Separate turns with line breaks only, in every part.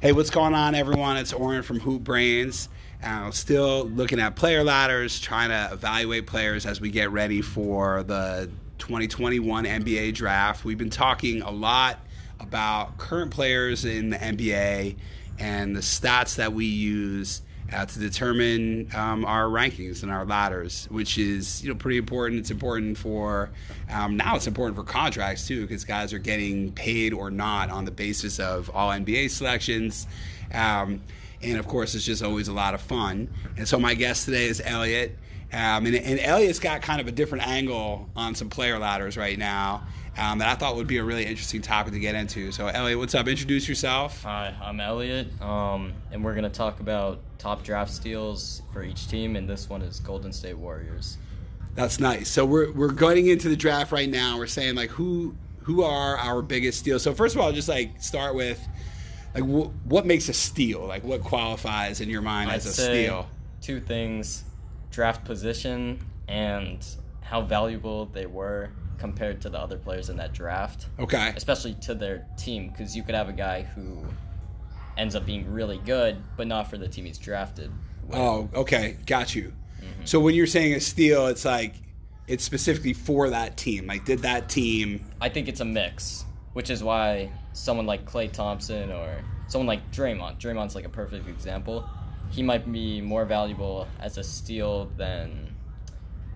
Hey, what's going on, everyone? It's Oren from Hoop Brains. Uh, still looking at player ladders, trying to evaluate players as we get ready for the 2021 NBA draft. We've been talking a lot about current players in the NBA and the stats that we use uh, to determine um, our rankings and our ladders, which is you know pretty important. It's important for um, now. It's important for contracts too, because guys are getting paid or not on the basis of all NBA selections. Um, and of course, it's just always a lot of fun. And so my guest today is Elliot. Um, and, and, Elliot's got kind of a different angle on some player ladders right now um, that I thought would be a really interesting topic to get into. So, Elliot, what's up? Introduce yourself.
Hi, I'm Elliot, um, and we're going to talk about top draft steals for each team, and this one is Golden State Warriors.
That's nice. So we're we're going into the draft right now. We're saying like who who are our biggest steals. So first of all, just like start with like wh- what makes a steal? Like what qualifies in your mind
I'd
as a
say
steal?
Two things draft position and how valuable they were compared to the other players in that draft.
Okay.
Especially to their team, because you could have a guy who ends up being really good, but not for the team he's drafted. with.
Oh, okay. Got you.
Mm-hmm.
So when you're saying a steal, it's like it's specifically for that team. Like did that team
I think it's a mix, which is why someone like Clay Thompson or someone like Draymond, Draymond's like a perfect example. He might be more valuable as a steal than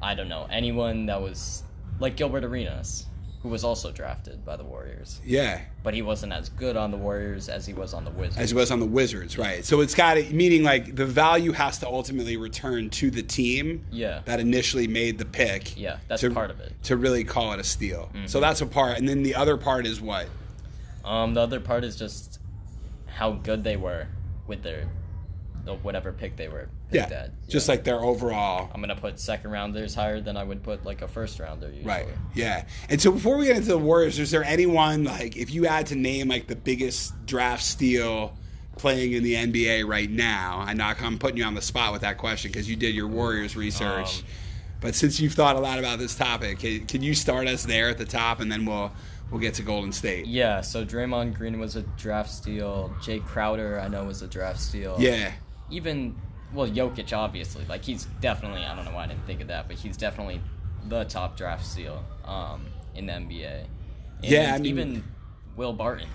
I don't know anyone that was like Gilbert Arenas, who was also drafted by the Warriors,
yeah,
but he wasn't as good on the Warriors as he was on the Wizards.
as it was on the Wizards, right? So it's got it meaning like the value has to ultimately return to the team
yeah,
that initially made the pick
Mm-hmm. yeah, that's
to-
part of it.
to really call it a steal. So that's a part. And then the other part is what?
Um, the other part is just how good they were with their the whatever pick they Oh, were
Yeah.
picked at.
Just like their overall
I'm gonna put second rounders higher than I would put like a first rounder usually.
Right. Yeah. And so before we get into the Warriors, is there anyone like if you had to name like the biggest draft steal playing in the NBA right now? I know I'm putting you on the spot with that question because you did your Warriors research.
Um,
but since you've thought a lot about this topic, can, can you start us there at the top and then we'll we'll get to Golden State?
Yeah, so Draymond Green was a draft steal. Jay Crowder, I know, was a draft steal.
Yeah.
Even well, Jokic obviously, like he's definitely. I don't know why I didn't think of that, but he's definitely the top draft steal um, in the NBA. And
Yeah, I mean-
even Will Barton.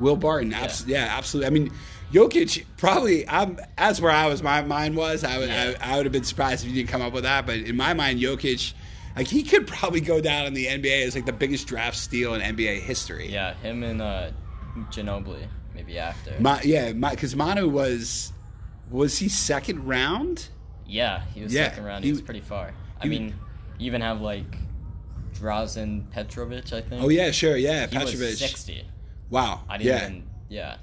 Will Barton, abs- yeah. absolutely. I mean, Jokic probably. I'm that's where I was. My mind was. I would.
Yeah.
I, I would have been surprised if you didn't come up with that. But in my mind, Jokic, like he could probably go down in the NBA as like the biggest draft steal in NBA history.
Yeah, him and uh, Ginobili maybe after.
my yeah, my because Manu was was he second round?
Yeah, he was
Yeah,
second round.
he-
He, was pretty far. I
he-
mean, you even have like Drazen Petrovic, I think.
Oh yeah, sure, yeah,
he was
Petrovic.
sixty.
Wow,
I didn't
yeah.
even. Yeah,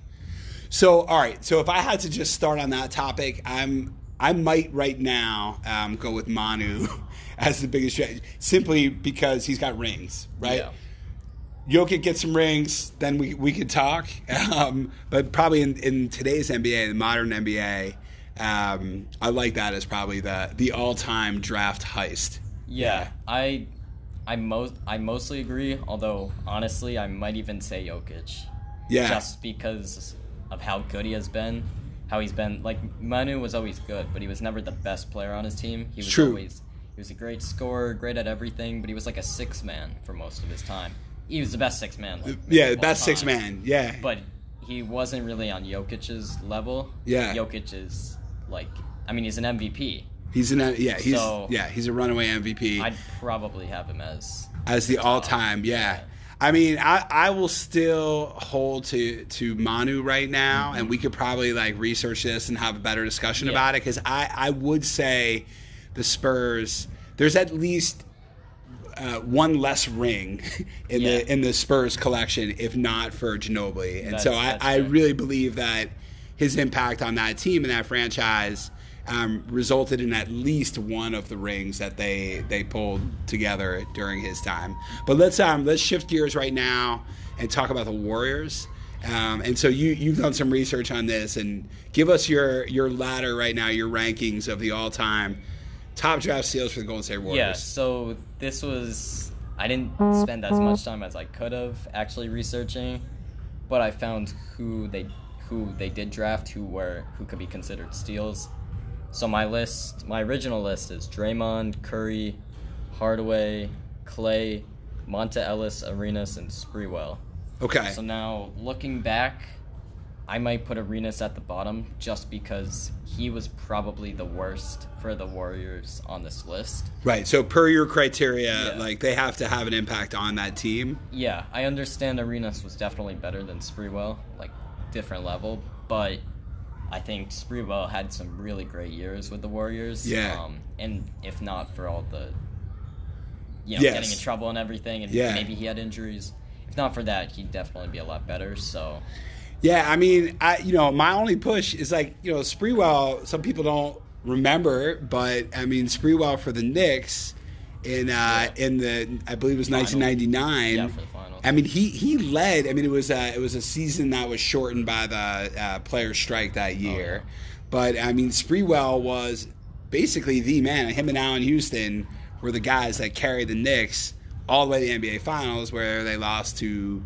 So, all right. So, if I had to just start on that topic, I'm I might right now um, go with Manu as the biggest strategy, simply because he's got rings, right?
Yeah.
Jokic gets some rings, then we we could talk. Um, but probably in, in today's NBA, the modern NBA, um, I like that as probably the the all time draft heist.
yeah. I, I most I mostly agree. Although honestly, I might even say Jokic,
Yeah.
just because of how good he has been, how he's been. Like Manu was always good, but he was never the best player on his team. He was
True.
always he was a great scorer, great at everything, but he was like a six man for most of his time. He was the best six man. Like,
yeah,
maybe
the
of all
best six
time.
man. Yeah.
but he wasn't really on Jokic's level.
Yeah.
Jokic is like, I mean, he's an MVP.
he's an yeah, he's
So-
yeah, he's a runaway MVP.
I'd probably have him as
as the all time. Yeah. I mean, I, I will still hold to, to Manu right now, and we could probably like research this and have a better discussion
Yeah.
about it because I, I would say the Spurs, there's at least uh, one less ring in
Yeah.
the in the Spurs collection, if not for Ginobili. And so
That's-
I,
that's
I
fair.
really believe that his impact on that team and that franchise um, resulted in at least one of the rings that they they pulled together during his time. But let's um let's shift gears right now and talk about the Warriors. Um, and so you you've done some research on this and give us your your ladder right now, your rankings of the all time Top draft steals for the Golden State Warriors.
Yeah, so this was I didn't spend as much time as I could have actually researching, but I found who they who they did draft, who were who could be considered steals. So my list, my original list is Draymond, Curry, Hardaway, Clay, Monta Ellis, Arenas, and Spreewell.
Okay.
So now looking back, I might put Arenas at the bottom just because he was probably the worst for the Warriors on this list.
right. So per your criteria,
Yeah.
like they have to have an impact on that team.
Yeah, I understand Arenas was definitely better than Spreewell, like different level, but I think Spreewell had some really great years with the Warriors.
Yeah.
Um, and if not for all the, you know,
Yes.
getting in trouble and everything, and
Yeah.
maybe he had injuries. If not for that, he'd definitely be a lot better. So
Yeah, I mean, I you know, my only push is like you know Spreewell. Some people don't remember, but I mean Spreewell for the Knicks in uh, in the I believe it was
Finals.
1999.
yeah, for the finals.
I mean, he he led. I mean, it was a, it was a season that was shortened by the uh, player strike that year, but I mean, Spreewell was basically the man. Him and Allen Houston were the guys that carried the Knicks all the way to the NBA Finals, where they lost to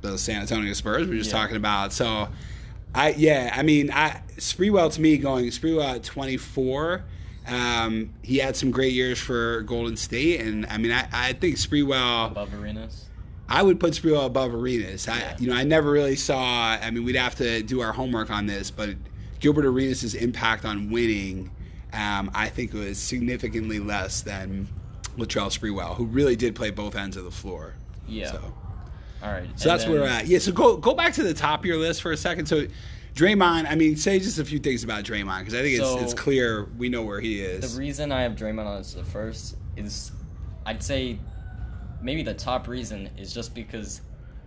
the San Antonio Spurs. We were just
Yeah.
talking about so. I yeah, I mean, I Spreewell to me going Spreewell at 24. Um, he had some great years for Golden State, and I mean, I, I think Spreewell.
above Arenas.
I would put Spreewell above Arenas. I,
Yeah.
you know, I never really saw. I mean, we'd have to do our homework on this, but Gilbert Arenas' impact on winning, um, I think, was significantly less than Latrell Sprewell, who really did play both ends of the floor.
Yeah.
So,
All right.
so that's where we're at. Yeah. So go go back to the top of your list for a second. So. Draymond, I mean, say just a few things about Draymond because I think it's,
So-
it's clear we know where he is.
The reason I have Draymond on as the first is, I'd say, maybe the top reason is just because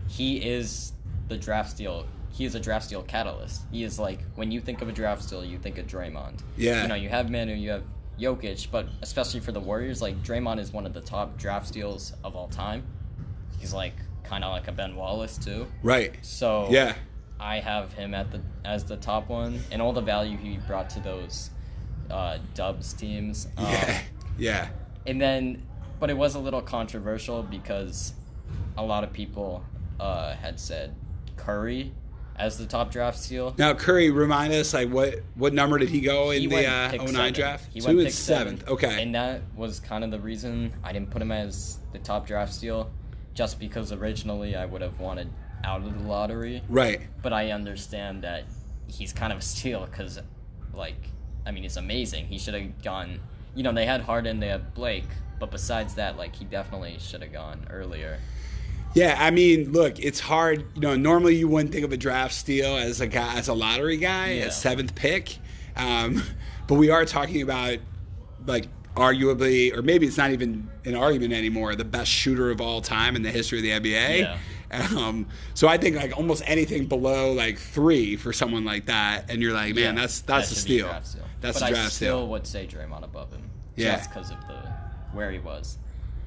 he is the draft steal. He is a draft steal catalyst. He is like when you think of a draft steal, you think of Draymond.
Yeah.
You know, you have Manu, you have Jokic, but especially for the Warriors, like Draymond is one of the top draft steals of all time. He's like kind of like a Ben Wallace too.
right.
So
Yeah.
I have him at the as the top one, and all the value he brought to those uh, Dubs teams. Um,
Yeah. Yeah.
And then, but it was a little controversial because a lot of people uh, had said Curry as the top draft steal.
Now Curry, remind us like what what number did he go in the uh,
pick
09
seven.
draft?
He
So
went
was
pick
seventh.
seven,
Okay.
and that was kind of the reason I didn't put him as the top draft steal, just because originally I would have wanted out of the lottery.
right.
but I understand that he's kind of a steal because, like, I mean, it's amazing. He should have gone. You know, they had Harden, they had Blake, but besides that, like, he definitely should have gone earlier.
Yeah, I mean, look, it's hard. You know, normally you wouldn't think of a draft steal as a guy as a lottery guy,
Yeah.
a seventh pick. Um, but we are talking about like arguably, or maybe it's not even an argument anymore, the best shooter of all time in the history of the NBA.
Yeah.
Um, so I think like almost anything below like three for someone like that, and you're like, man,
Yeah,
that's that's
that
a
should be
steal. That's
but
a draft
I
steal.
still would say Draymond above him.
Yeah.
Just because of the where he was.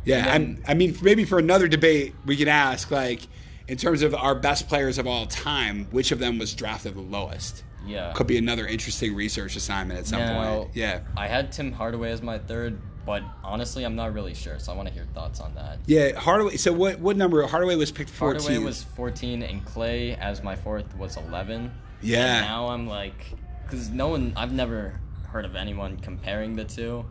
Yeah,
And
I'm, I mean, maybe for another debate, we can ask like, in terms of our best players of all time, which of them was drafted the lowest?
Yeah.
Could be another interesting research assignment at some
Now,
point. Yeah,
I had Tim Hardaway as my third, but honestly, I'm not really sure, so I want to hear thoughts on that.
yeah. Hardaway. So what? What number? Hardaway was picked 14.
Hardaway was 14, and Clay as my fourth was 11.
Yeah.
And now I'm like, because no one, I've never heard of anyone comparing the two.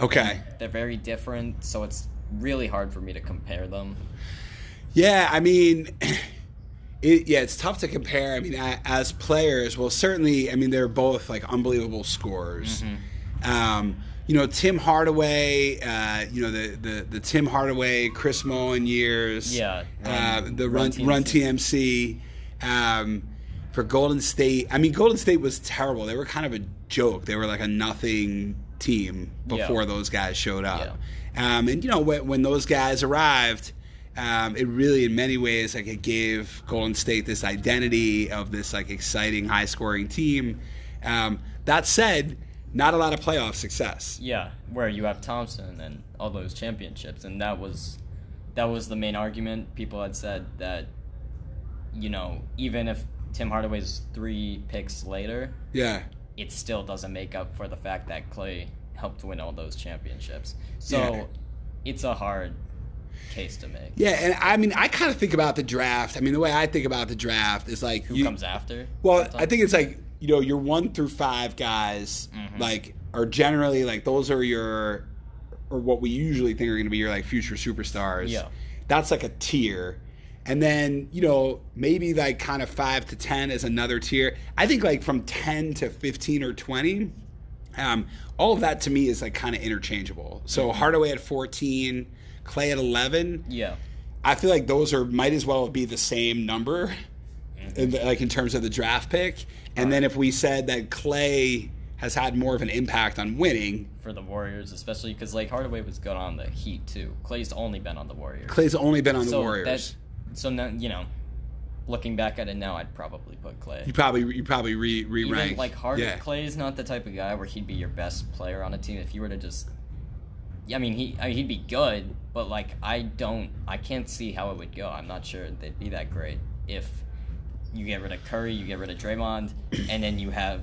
okay.
They're very different, so it's really hard for me to compare them.
Yeah, I mean, it, yeah, it's tough to compare. I mean, a- as players, well, certainly, I mean, they're both like unbelievable scorers.
Mm-hmm.
Um, you know, Tim Hardaway, uh, you know, the, the, the Tim Hardaway, Chris Mullen years.
Yeah,
Uh,
run-
the run,
run
run TMC. um, for Golden State, I mean, Golden State was terrible. They were kind of a joke. They were like a nothing team
Yeah.
before those guys showed up. Um, and, you know, when, when those guys arrived, um, it really, in many ways, like it gave Golden State this identity of this like exciting, high scoring team. Um, that said, not a lot of playoff success.
Yeah, where you have Thompson and all those championships, and that was that was the main argument. People had said that, you know, even if Tim Hardaway's three picks later,
Yeah.
it still doesn't make up for the fact that Clay helped win all those championships. So
Yeah.
it's a hard case to make.
Yeah, and I mean, I kind of think about the draft. I mean, the way I think about the draft is like
Who
you-
comes after?
Well,
sometimes?
I think it's like you know your one through five guys
Mhm.
like are generally like those are your or what we usually think are going to be your like future superstars.
Yeah.
that's like a tier, and then you know maybe like kind of five to ten is another tier. I think like from ten to fifteen or twenty. Um, all of that to me is like kind of interchangeable. So
Mm-hmm.
Hardaway at 14, Clay at 11.
Yeah.
I feel like those are might as well be the same number,
Mm-hmm.
in the, like in terms of the draft pick. And then if we said that Clay has had more of an impact on winning,
For the Warriors, especially because like Hardaway was good on the Heat too. Clay's only been on the Warriors.
Clay's only been on the
so
Warriors.
That, so now you know, looking back at it now, I'd probably put Clay.
You probably you probably re re
Even
rank
like Hard
Yeah.
Clay's not the type of guy where he'd be your best player on a team if you were to just. Yeah, I mean he I mean, he'd be good, but like I don't I can't see how it would go. I'm not sure they'd be that great if you get rid of Curry, you get rid of Draymond, and then you have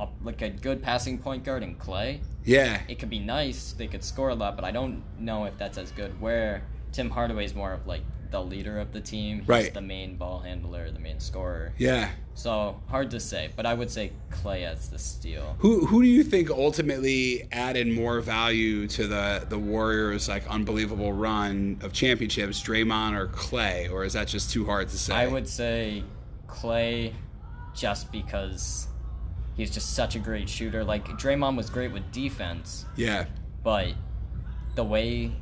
a, like a good passing point guard in Clay.
yeah.
It could be nice. They could score a lot, but I don't know if that's as good. Where Tim Hardaway's more of like the leader of the team. He's
Right.
the main ball handler, the main scorer.
Yeah.
So hard to say, but I would say Clay as the steal.
Who who do you think ultimately added more value to the the Warriors like unbelievable run of championships, Draymond or Clay, or is that just too hard to say?
I would say Clay just because he's just such a great shooter. Like Draymond was great with defense,
Yeah.
but the way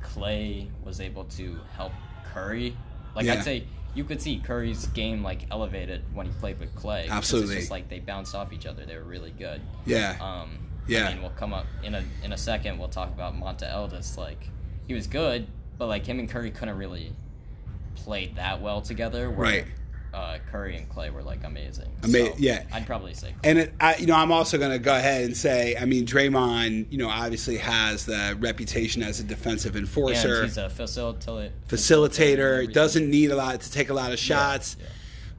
Clay was able to help Curry, like
Yeah.
I'd say you could see Curry's game like elevated when he played with Clay. 'cause
Absolutely.
It's just like they bounced off each other. They were really good.
Yeah.
Um,
Yeah.
I mean, we'll come up in a in a second. We'll talk about Monta Eldis. Like he was good, but like him and Curry couldn't really play that well together. Where,
Right.
Uh, Curry and Clay were like amazing.
Ama-
So,
yeah.
I'd probably say
And it, I, you know, I'm also going to go ahead and say, I mean, Draymond, you know, obviously has the reputation as a defensive
and
enforcer,
he's a facilitator.
facilitator.
everything.
Doesn't need a lot to take a lot of shots.
yeah.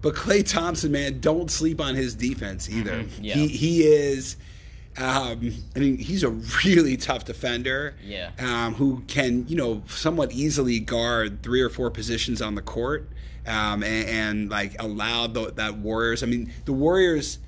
But Clay Thompson, man, don't sleep on his defense either.
Mm-hmm, yeah.
He he is. Um, I mean, he's a really tough defender.
Yeah.
Um, who can you know somewhat easily guard three or four positions on the court, um, and, and like allow the, that Warriors. I mean, the Warriors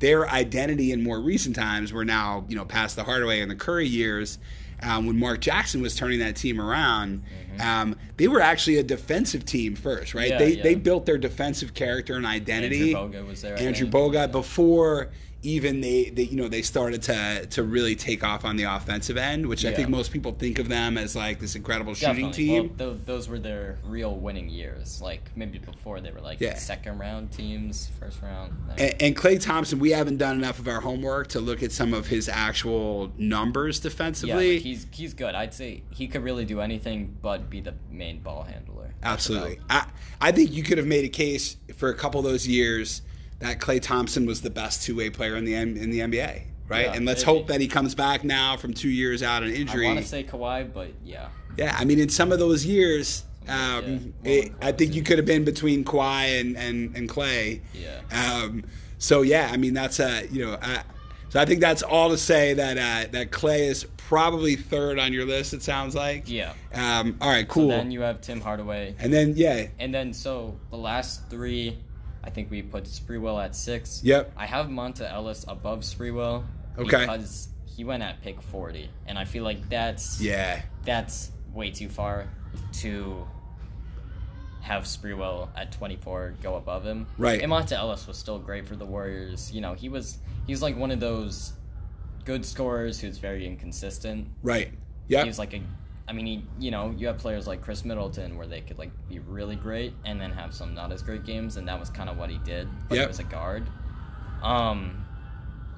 their identity in more recent times were now you know past the Hardaway and the Curry years. Um, when Mark Jackson was turning that team around, um, they were actually a defensive team first, right?
Mm-hmm. Yeah,
they
yeah.
they built their defensive character and identity.
Andrew Bogut was there, I
Andrew
think.
Bogut before even they, they you know they started to to really take off on the offensive end, which I
Yeah.
think most people think of them as like this incredible shooting
Definitely.
team.
Well, tho- those were their real winning years. Like maybe before they were like
Yeah.
second round teams, first round.
And, and Clay Thompson, we haven't done enough of our homework to look at some of his actual numbers
yeah,
defensively.
like he's he's good. I'd say he could really do anything but be the main ball handler. That's about-
Absolutely. I, I think you could have made a case for a couple of those years that Clay Thompson was the best two way player in the N- in the NBA, right?
Yeah,
and let's
maybe.
hope that he comes back now from two years out on
I want
injury.
to say Kawhi, but yeah,
yeah, I mean, in some of those years,
Yeah.
um,
Well,
it, I think you
Kawhi's
could have been between Kawhi and, and, and Clay.
yeah.
Um, so yeah, I mean that's a you know, I, so I think that's all to say that uh, that Clay is probably third on your list. It sounds like.
Yeah.
Um, all right, cool.
Then you have Tim Hardaway,
and then yeah,
and then so the last three, I think we put Spreewell at six.
Yep.
I have Monta Ellis above Spreewell.
Okay.
Because he went at pick forty, and I feel like that's
yeah.
that's way too far to have Sprewell at 24 go above him.
Right.
And Monta Ellis was still great for the Warriors. You know, he was he's like one of those good scorers who's very inconsistent.
Right. Yep.
He was like a I mean, he, you know, you have players like Chris Middleton where they could like be really great and then have some not as great games and that was kind of what he did, but
Yep.
he was a guard. Um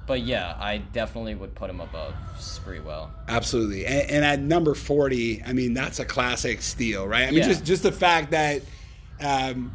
but yeah, I definitely would put him above Sprewell.
Absolutely. And, and at number 40, I mean, that's a classic steal, right? I mean,
Yeah.
just, just the fact that, um,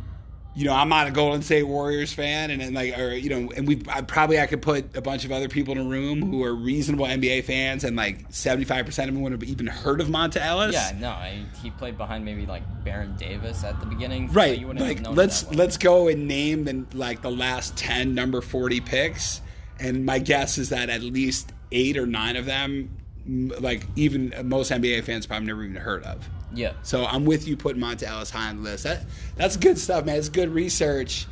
you know, I'm not a Golden State Warriors fan, and then like, or you know, and we I, probably I could put a bunch of other people in a room who are reasonable NBA fans, and like 75 percent of them would have even heard of Monta Ellis.
Yeah, no, I, he played behind maybe like Baron Davis at the beginning. so
right.
you wouldn't have
like,
known who
let's
that was.
let's go and name the like the last 10 number 40 picks, and my guess is that at least eight or nine of them, m- like even most NBA fans probably never even heard of.
Yeah.
So I'm with you putting Monta Ellis high on the list. That that's good stuff, man. It's good research.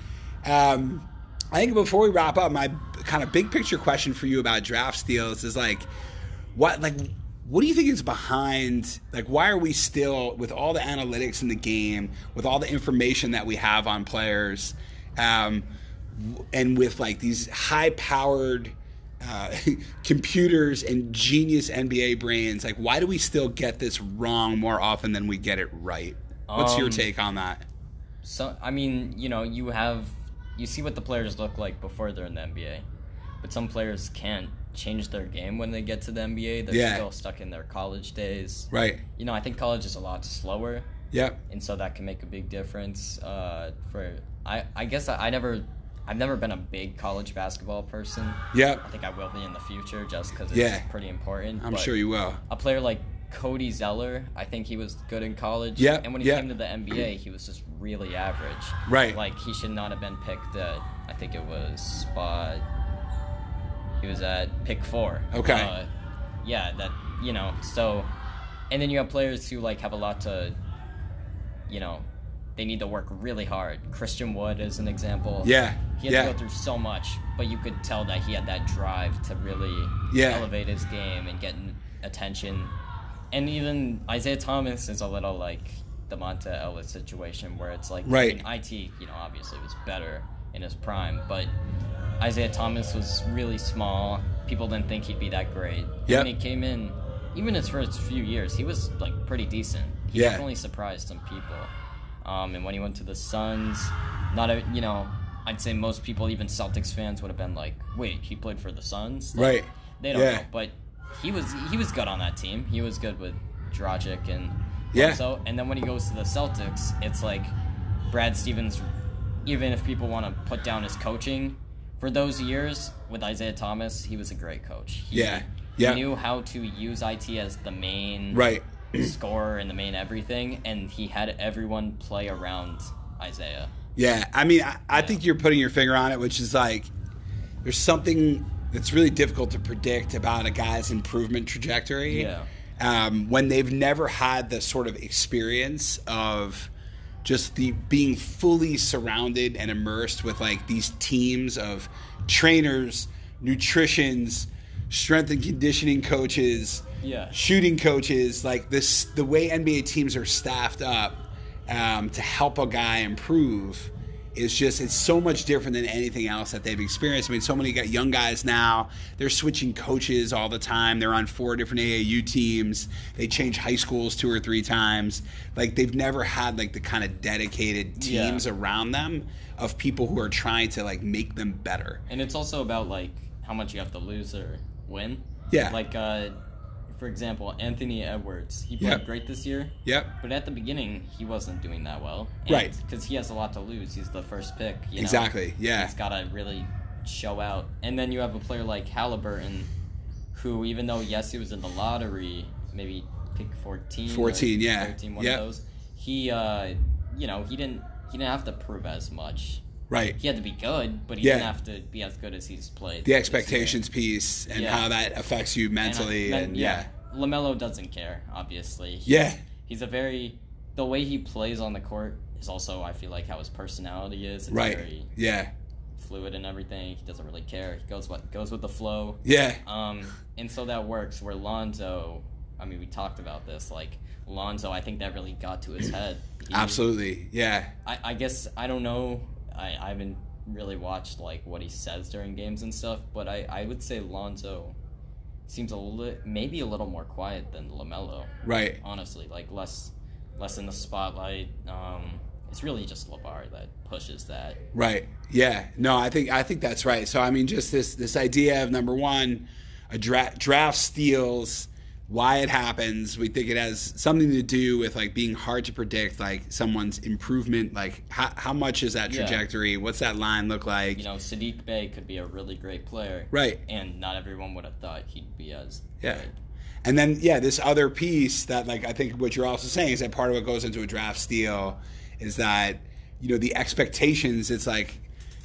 Um, I think before we wrap up, my kind of big picture question for you about draft steals is like, what like what do you think is behind like why are we still with all the analytics in the game, with all the information that we have on players, um, w- and with like these high powered uh, computers and genius NBA brains, like why do we still get this wrong more often than we get it right? What's your
Um,
take on that?
So I mean, you know, you have you see what the players look like before they're in the NBA, but some players can't change their game when they get to the NBA. They're
Yeah.
still stuck in their college days.
Right.
You know, I think college is a lot slower,
Yep.
and so that can make a big difference. Uh, for I, I guess I, I never, I've never been a big college basketball person.
Yep.
I think I will be in the future just because it's
Yeah.
pretty important.
I'm
but
sure you will.
a player like Cody Zeller, I think he was good in college.
Yeah,
And when he
yeah.
came to the NBA, he was just really average.
Right.
Like he should not have been picked at I think it was spot he was at pick four.
Okay.
Uh, yeah, that you know, so and then you have players who like have a lot to you know, they need to work really hard. Christian Wood is an example.
Yeah.
He had
Yeah.
to go through so much, but you could tell that he had that drive to really
Yeah.
elevate his game and get n- attention. And even Isaiah Thomas is a little like the Monta Ellis situation where it's like
Right.
I mean, IT, you know, obviously was better in his prime, but Isaiah Thomas was really small. People didn't think he'd be that great.
Yep.
When he came in, even his first few years, he was like pretty decent. He
Yeah.
definitely surprised some people. Um, and when he went to the Suns, not a, you know, I'd say most people, even Celtics fans, would have been like, "Wait, he played for the Suns?" Like,
Right.
They don't
Yeah.
know, but he was he was good on that team. He was good with Dragic and
Yeah.
So and then when he goes to the Celtics, it's like Brad Stevens. Even if people want to put down his coaching for those years with Isaiah Thomas, he was a great coach. He
Yeah. Yeah.
knew how to use IT as the main
Right.
scorer and the main everything, and he had everyone play around Isaiah.
Yeah, I mean, I, I think you're putting your finger on it, which is like there's something that's really difficult to predict about a guy's improvement trajectory.
Yeah.
Um, when they've never had the sort of experience of just the being fully surrounded and immersed with like these teams of trainers, nutritions, strength and conditioning coaches,
Yeah.
shooting coaches, like this, the way NBA teams are staffed up um, to help a guy improve is just it's so much different than anything else that they've experienced. I mean, so many got young guys now they're switching coaches all the time. They're on four different AAU teams. They change high schools two or three times. Like they've never had like the kind of dedicated
Yeah.
teams around them of people who are trying to like make them better.
And it's also about like how much you have to lose or win.
Yeah.
Like uh for example, Anthony Edwards. He played
Yep.
great this year.
Yep.
But at the beginning, he wasn't doing that well.
Right.
Because he has a lot to lose. He's the first pick. You know?
Exactly. Yeah.
He's got to really show out. And then you have a player like Halliburton, who, even though, yes, he was in the lottery, maybe pick 14. or
14, yeah.
13, one
Yep.
of those. He, uh, you know, he didn't. He didn't have to prove as much.
Right.
He had to be good, but he
Yeah.
didn't have to be as good as he's played.
The
this year.
expectations piece and
Yeah.
how that affects you mentally and,
then-
yeah.
Lamelo doesn't care, obviously. He-
Yeah.
he's a very the way he plays on the court is also I feel like how his personality is. It's
Right.
very
Yeah.
fluid and everything. He doesn't really care. He goes what goes with the flow.
Yeah.
Um, and so that works. Where Lonzo, I mean, we talked about this. Like Lonzo, I think that really got to his head. He-
Absolutely. Yeah.
I, I guess I don't know. I, I haven't really watched like what he says during games and stuff, but I, I would say Lonzo seems a li- maybe a little more quiet than Lamelo.
Right.
Honestly, like less less in the spotlight. Um, it's really just Lavar that pushes that.
Right. Yeah. No, I think I think that's right. So I mean, just this this idea of number one, a dra- draft steals, why it happens. We think it has something to do with like being hard to predict, like someone's improvement. Like how how much is that
Yeah.
trajectory? What's that line look like?
You know, Sadiq Bey could be a really great player,
Right.
and not everyone would have thought he'd be as
Yeah.
good.
And then yeah, this other piece that like I think what you're also saying is that part of what goes into a draft steal is that you know the expectations. It's like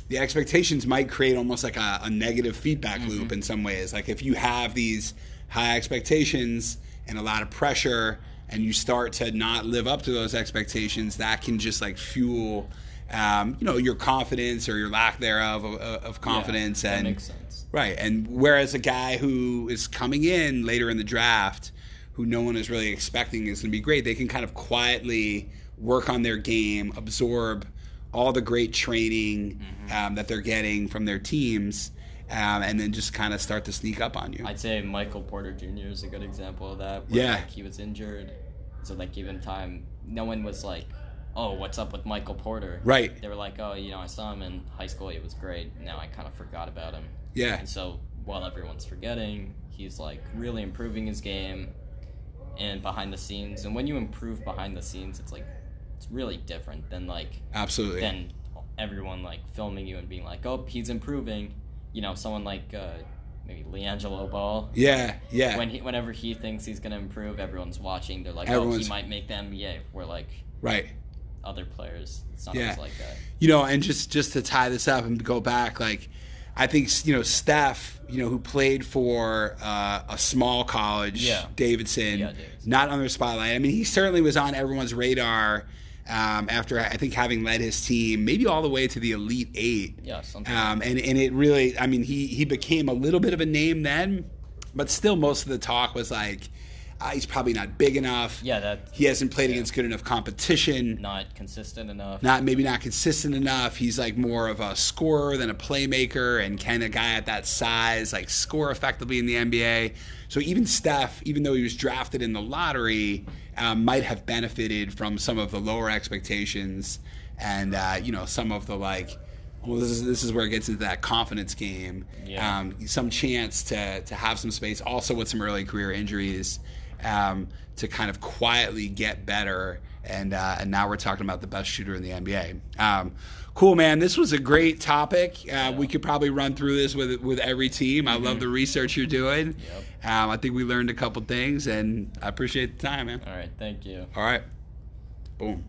the expectations might create almost like a, a negative feedback
Mm-hmm.
loop in some ways. Like if you have these high expectations and a lot of pressure, and you start to not live up to those expectations, that can just like fuel, um, you know, your confidence or your lack thereof of, of confidence.
that
and
makes sense.
Right. And whereas a guy who is coming in later in the draft, who no one is really expecting is going to be great, they can kind of quietly work on their game, absorb all the great training um, that they're getting from their teams, um, and then just kind of start to sneak up on you.
I'd say Michael Porter Jr. is a good example of that. Where,
Yeah.
like, he was injured, so like give him time. No one was like, "Oh, what's up with Michael Porter?"
right.
They were like, "Oh, you know, I saw him in high school. It was great. Now I kind of forgot about him."
Yeah.
And so while everyone's forgetting, he's like really improving his game, and behind the scenes. And when you improve behind the scenes, it's like it's really different than like
Absolutely.
than everyone like filming you and being like, "Oh, he's improving." You know, someone like uh, maybe Leangelo Ball
yeah. Yeah.
when he, whenever he thinks he's gonna improve, everyone's watching. They're like, "Oh,
Everyone's-
he might make the NBA." We're like
right.
other players. It's not
Yeah.
always like that.
you know, and just just to tie this up and go back, like I think you know Steph, you know, who played for uh, a small college,
Yeah.
Davidson,
Yeah, Davidson.
not under the spotlight. I mean, he certainly was on everyone's radar um, after I think having led his team maybe all the way to the Elite Eight.
Yeah, something.
Um, and and it really, I mean, he he became a little bit of a name then, but still, most of the talk was like, uh, he's probably not big enough.
yeah, that's
He hasn't played against good enough competition
not consistent enough.
not maybe not consistent enough. He's like more of a scorer than a playmaker, and can a guy at that size like score effectively in the NBA? So even Steph, even though he was drafted in the lottery, um, might have benefited from some of the lower expectations, and uh, you know some of the like. Well, this is this is where it gets into that confidence game.
Yeah.
Um, some chance to to have some space, also with some early career injuries, um, to kind of quietly get better. And uh, and now we're talking about the best shooter in the NBA. Um, cool, man. This was a great topic. Uh, We could probably run through this with with every team. I love the research you're doing.
Yep.
Um, I think we learned a couple things, and I appreciate the time, man.
All right, thank you.
All right. Boom.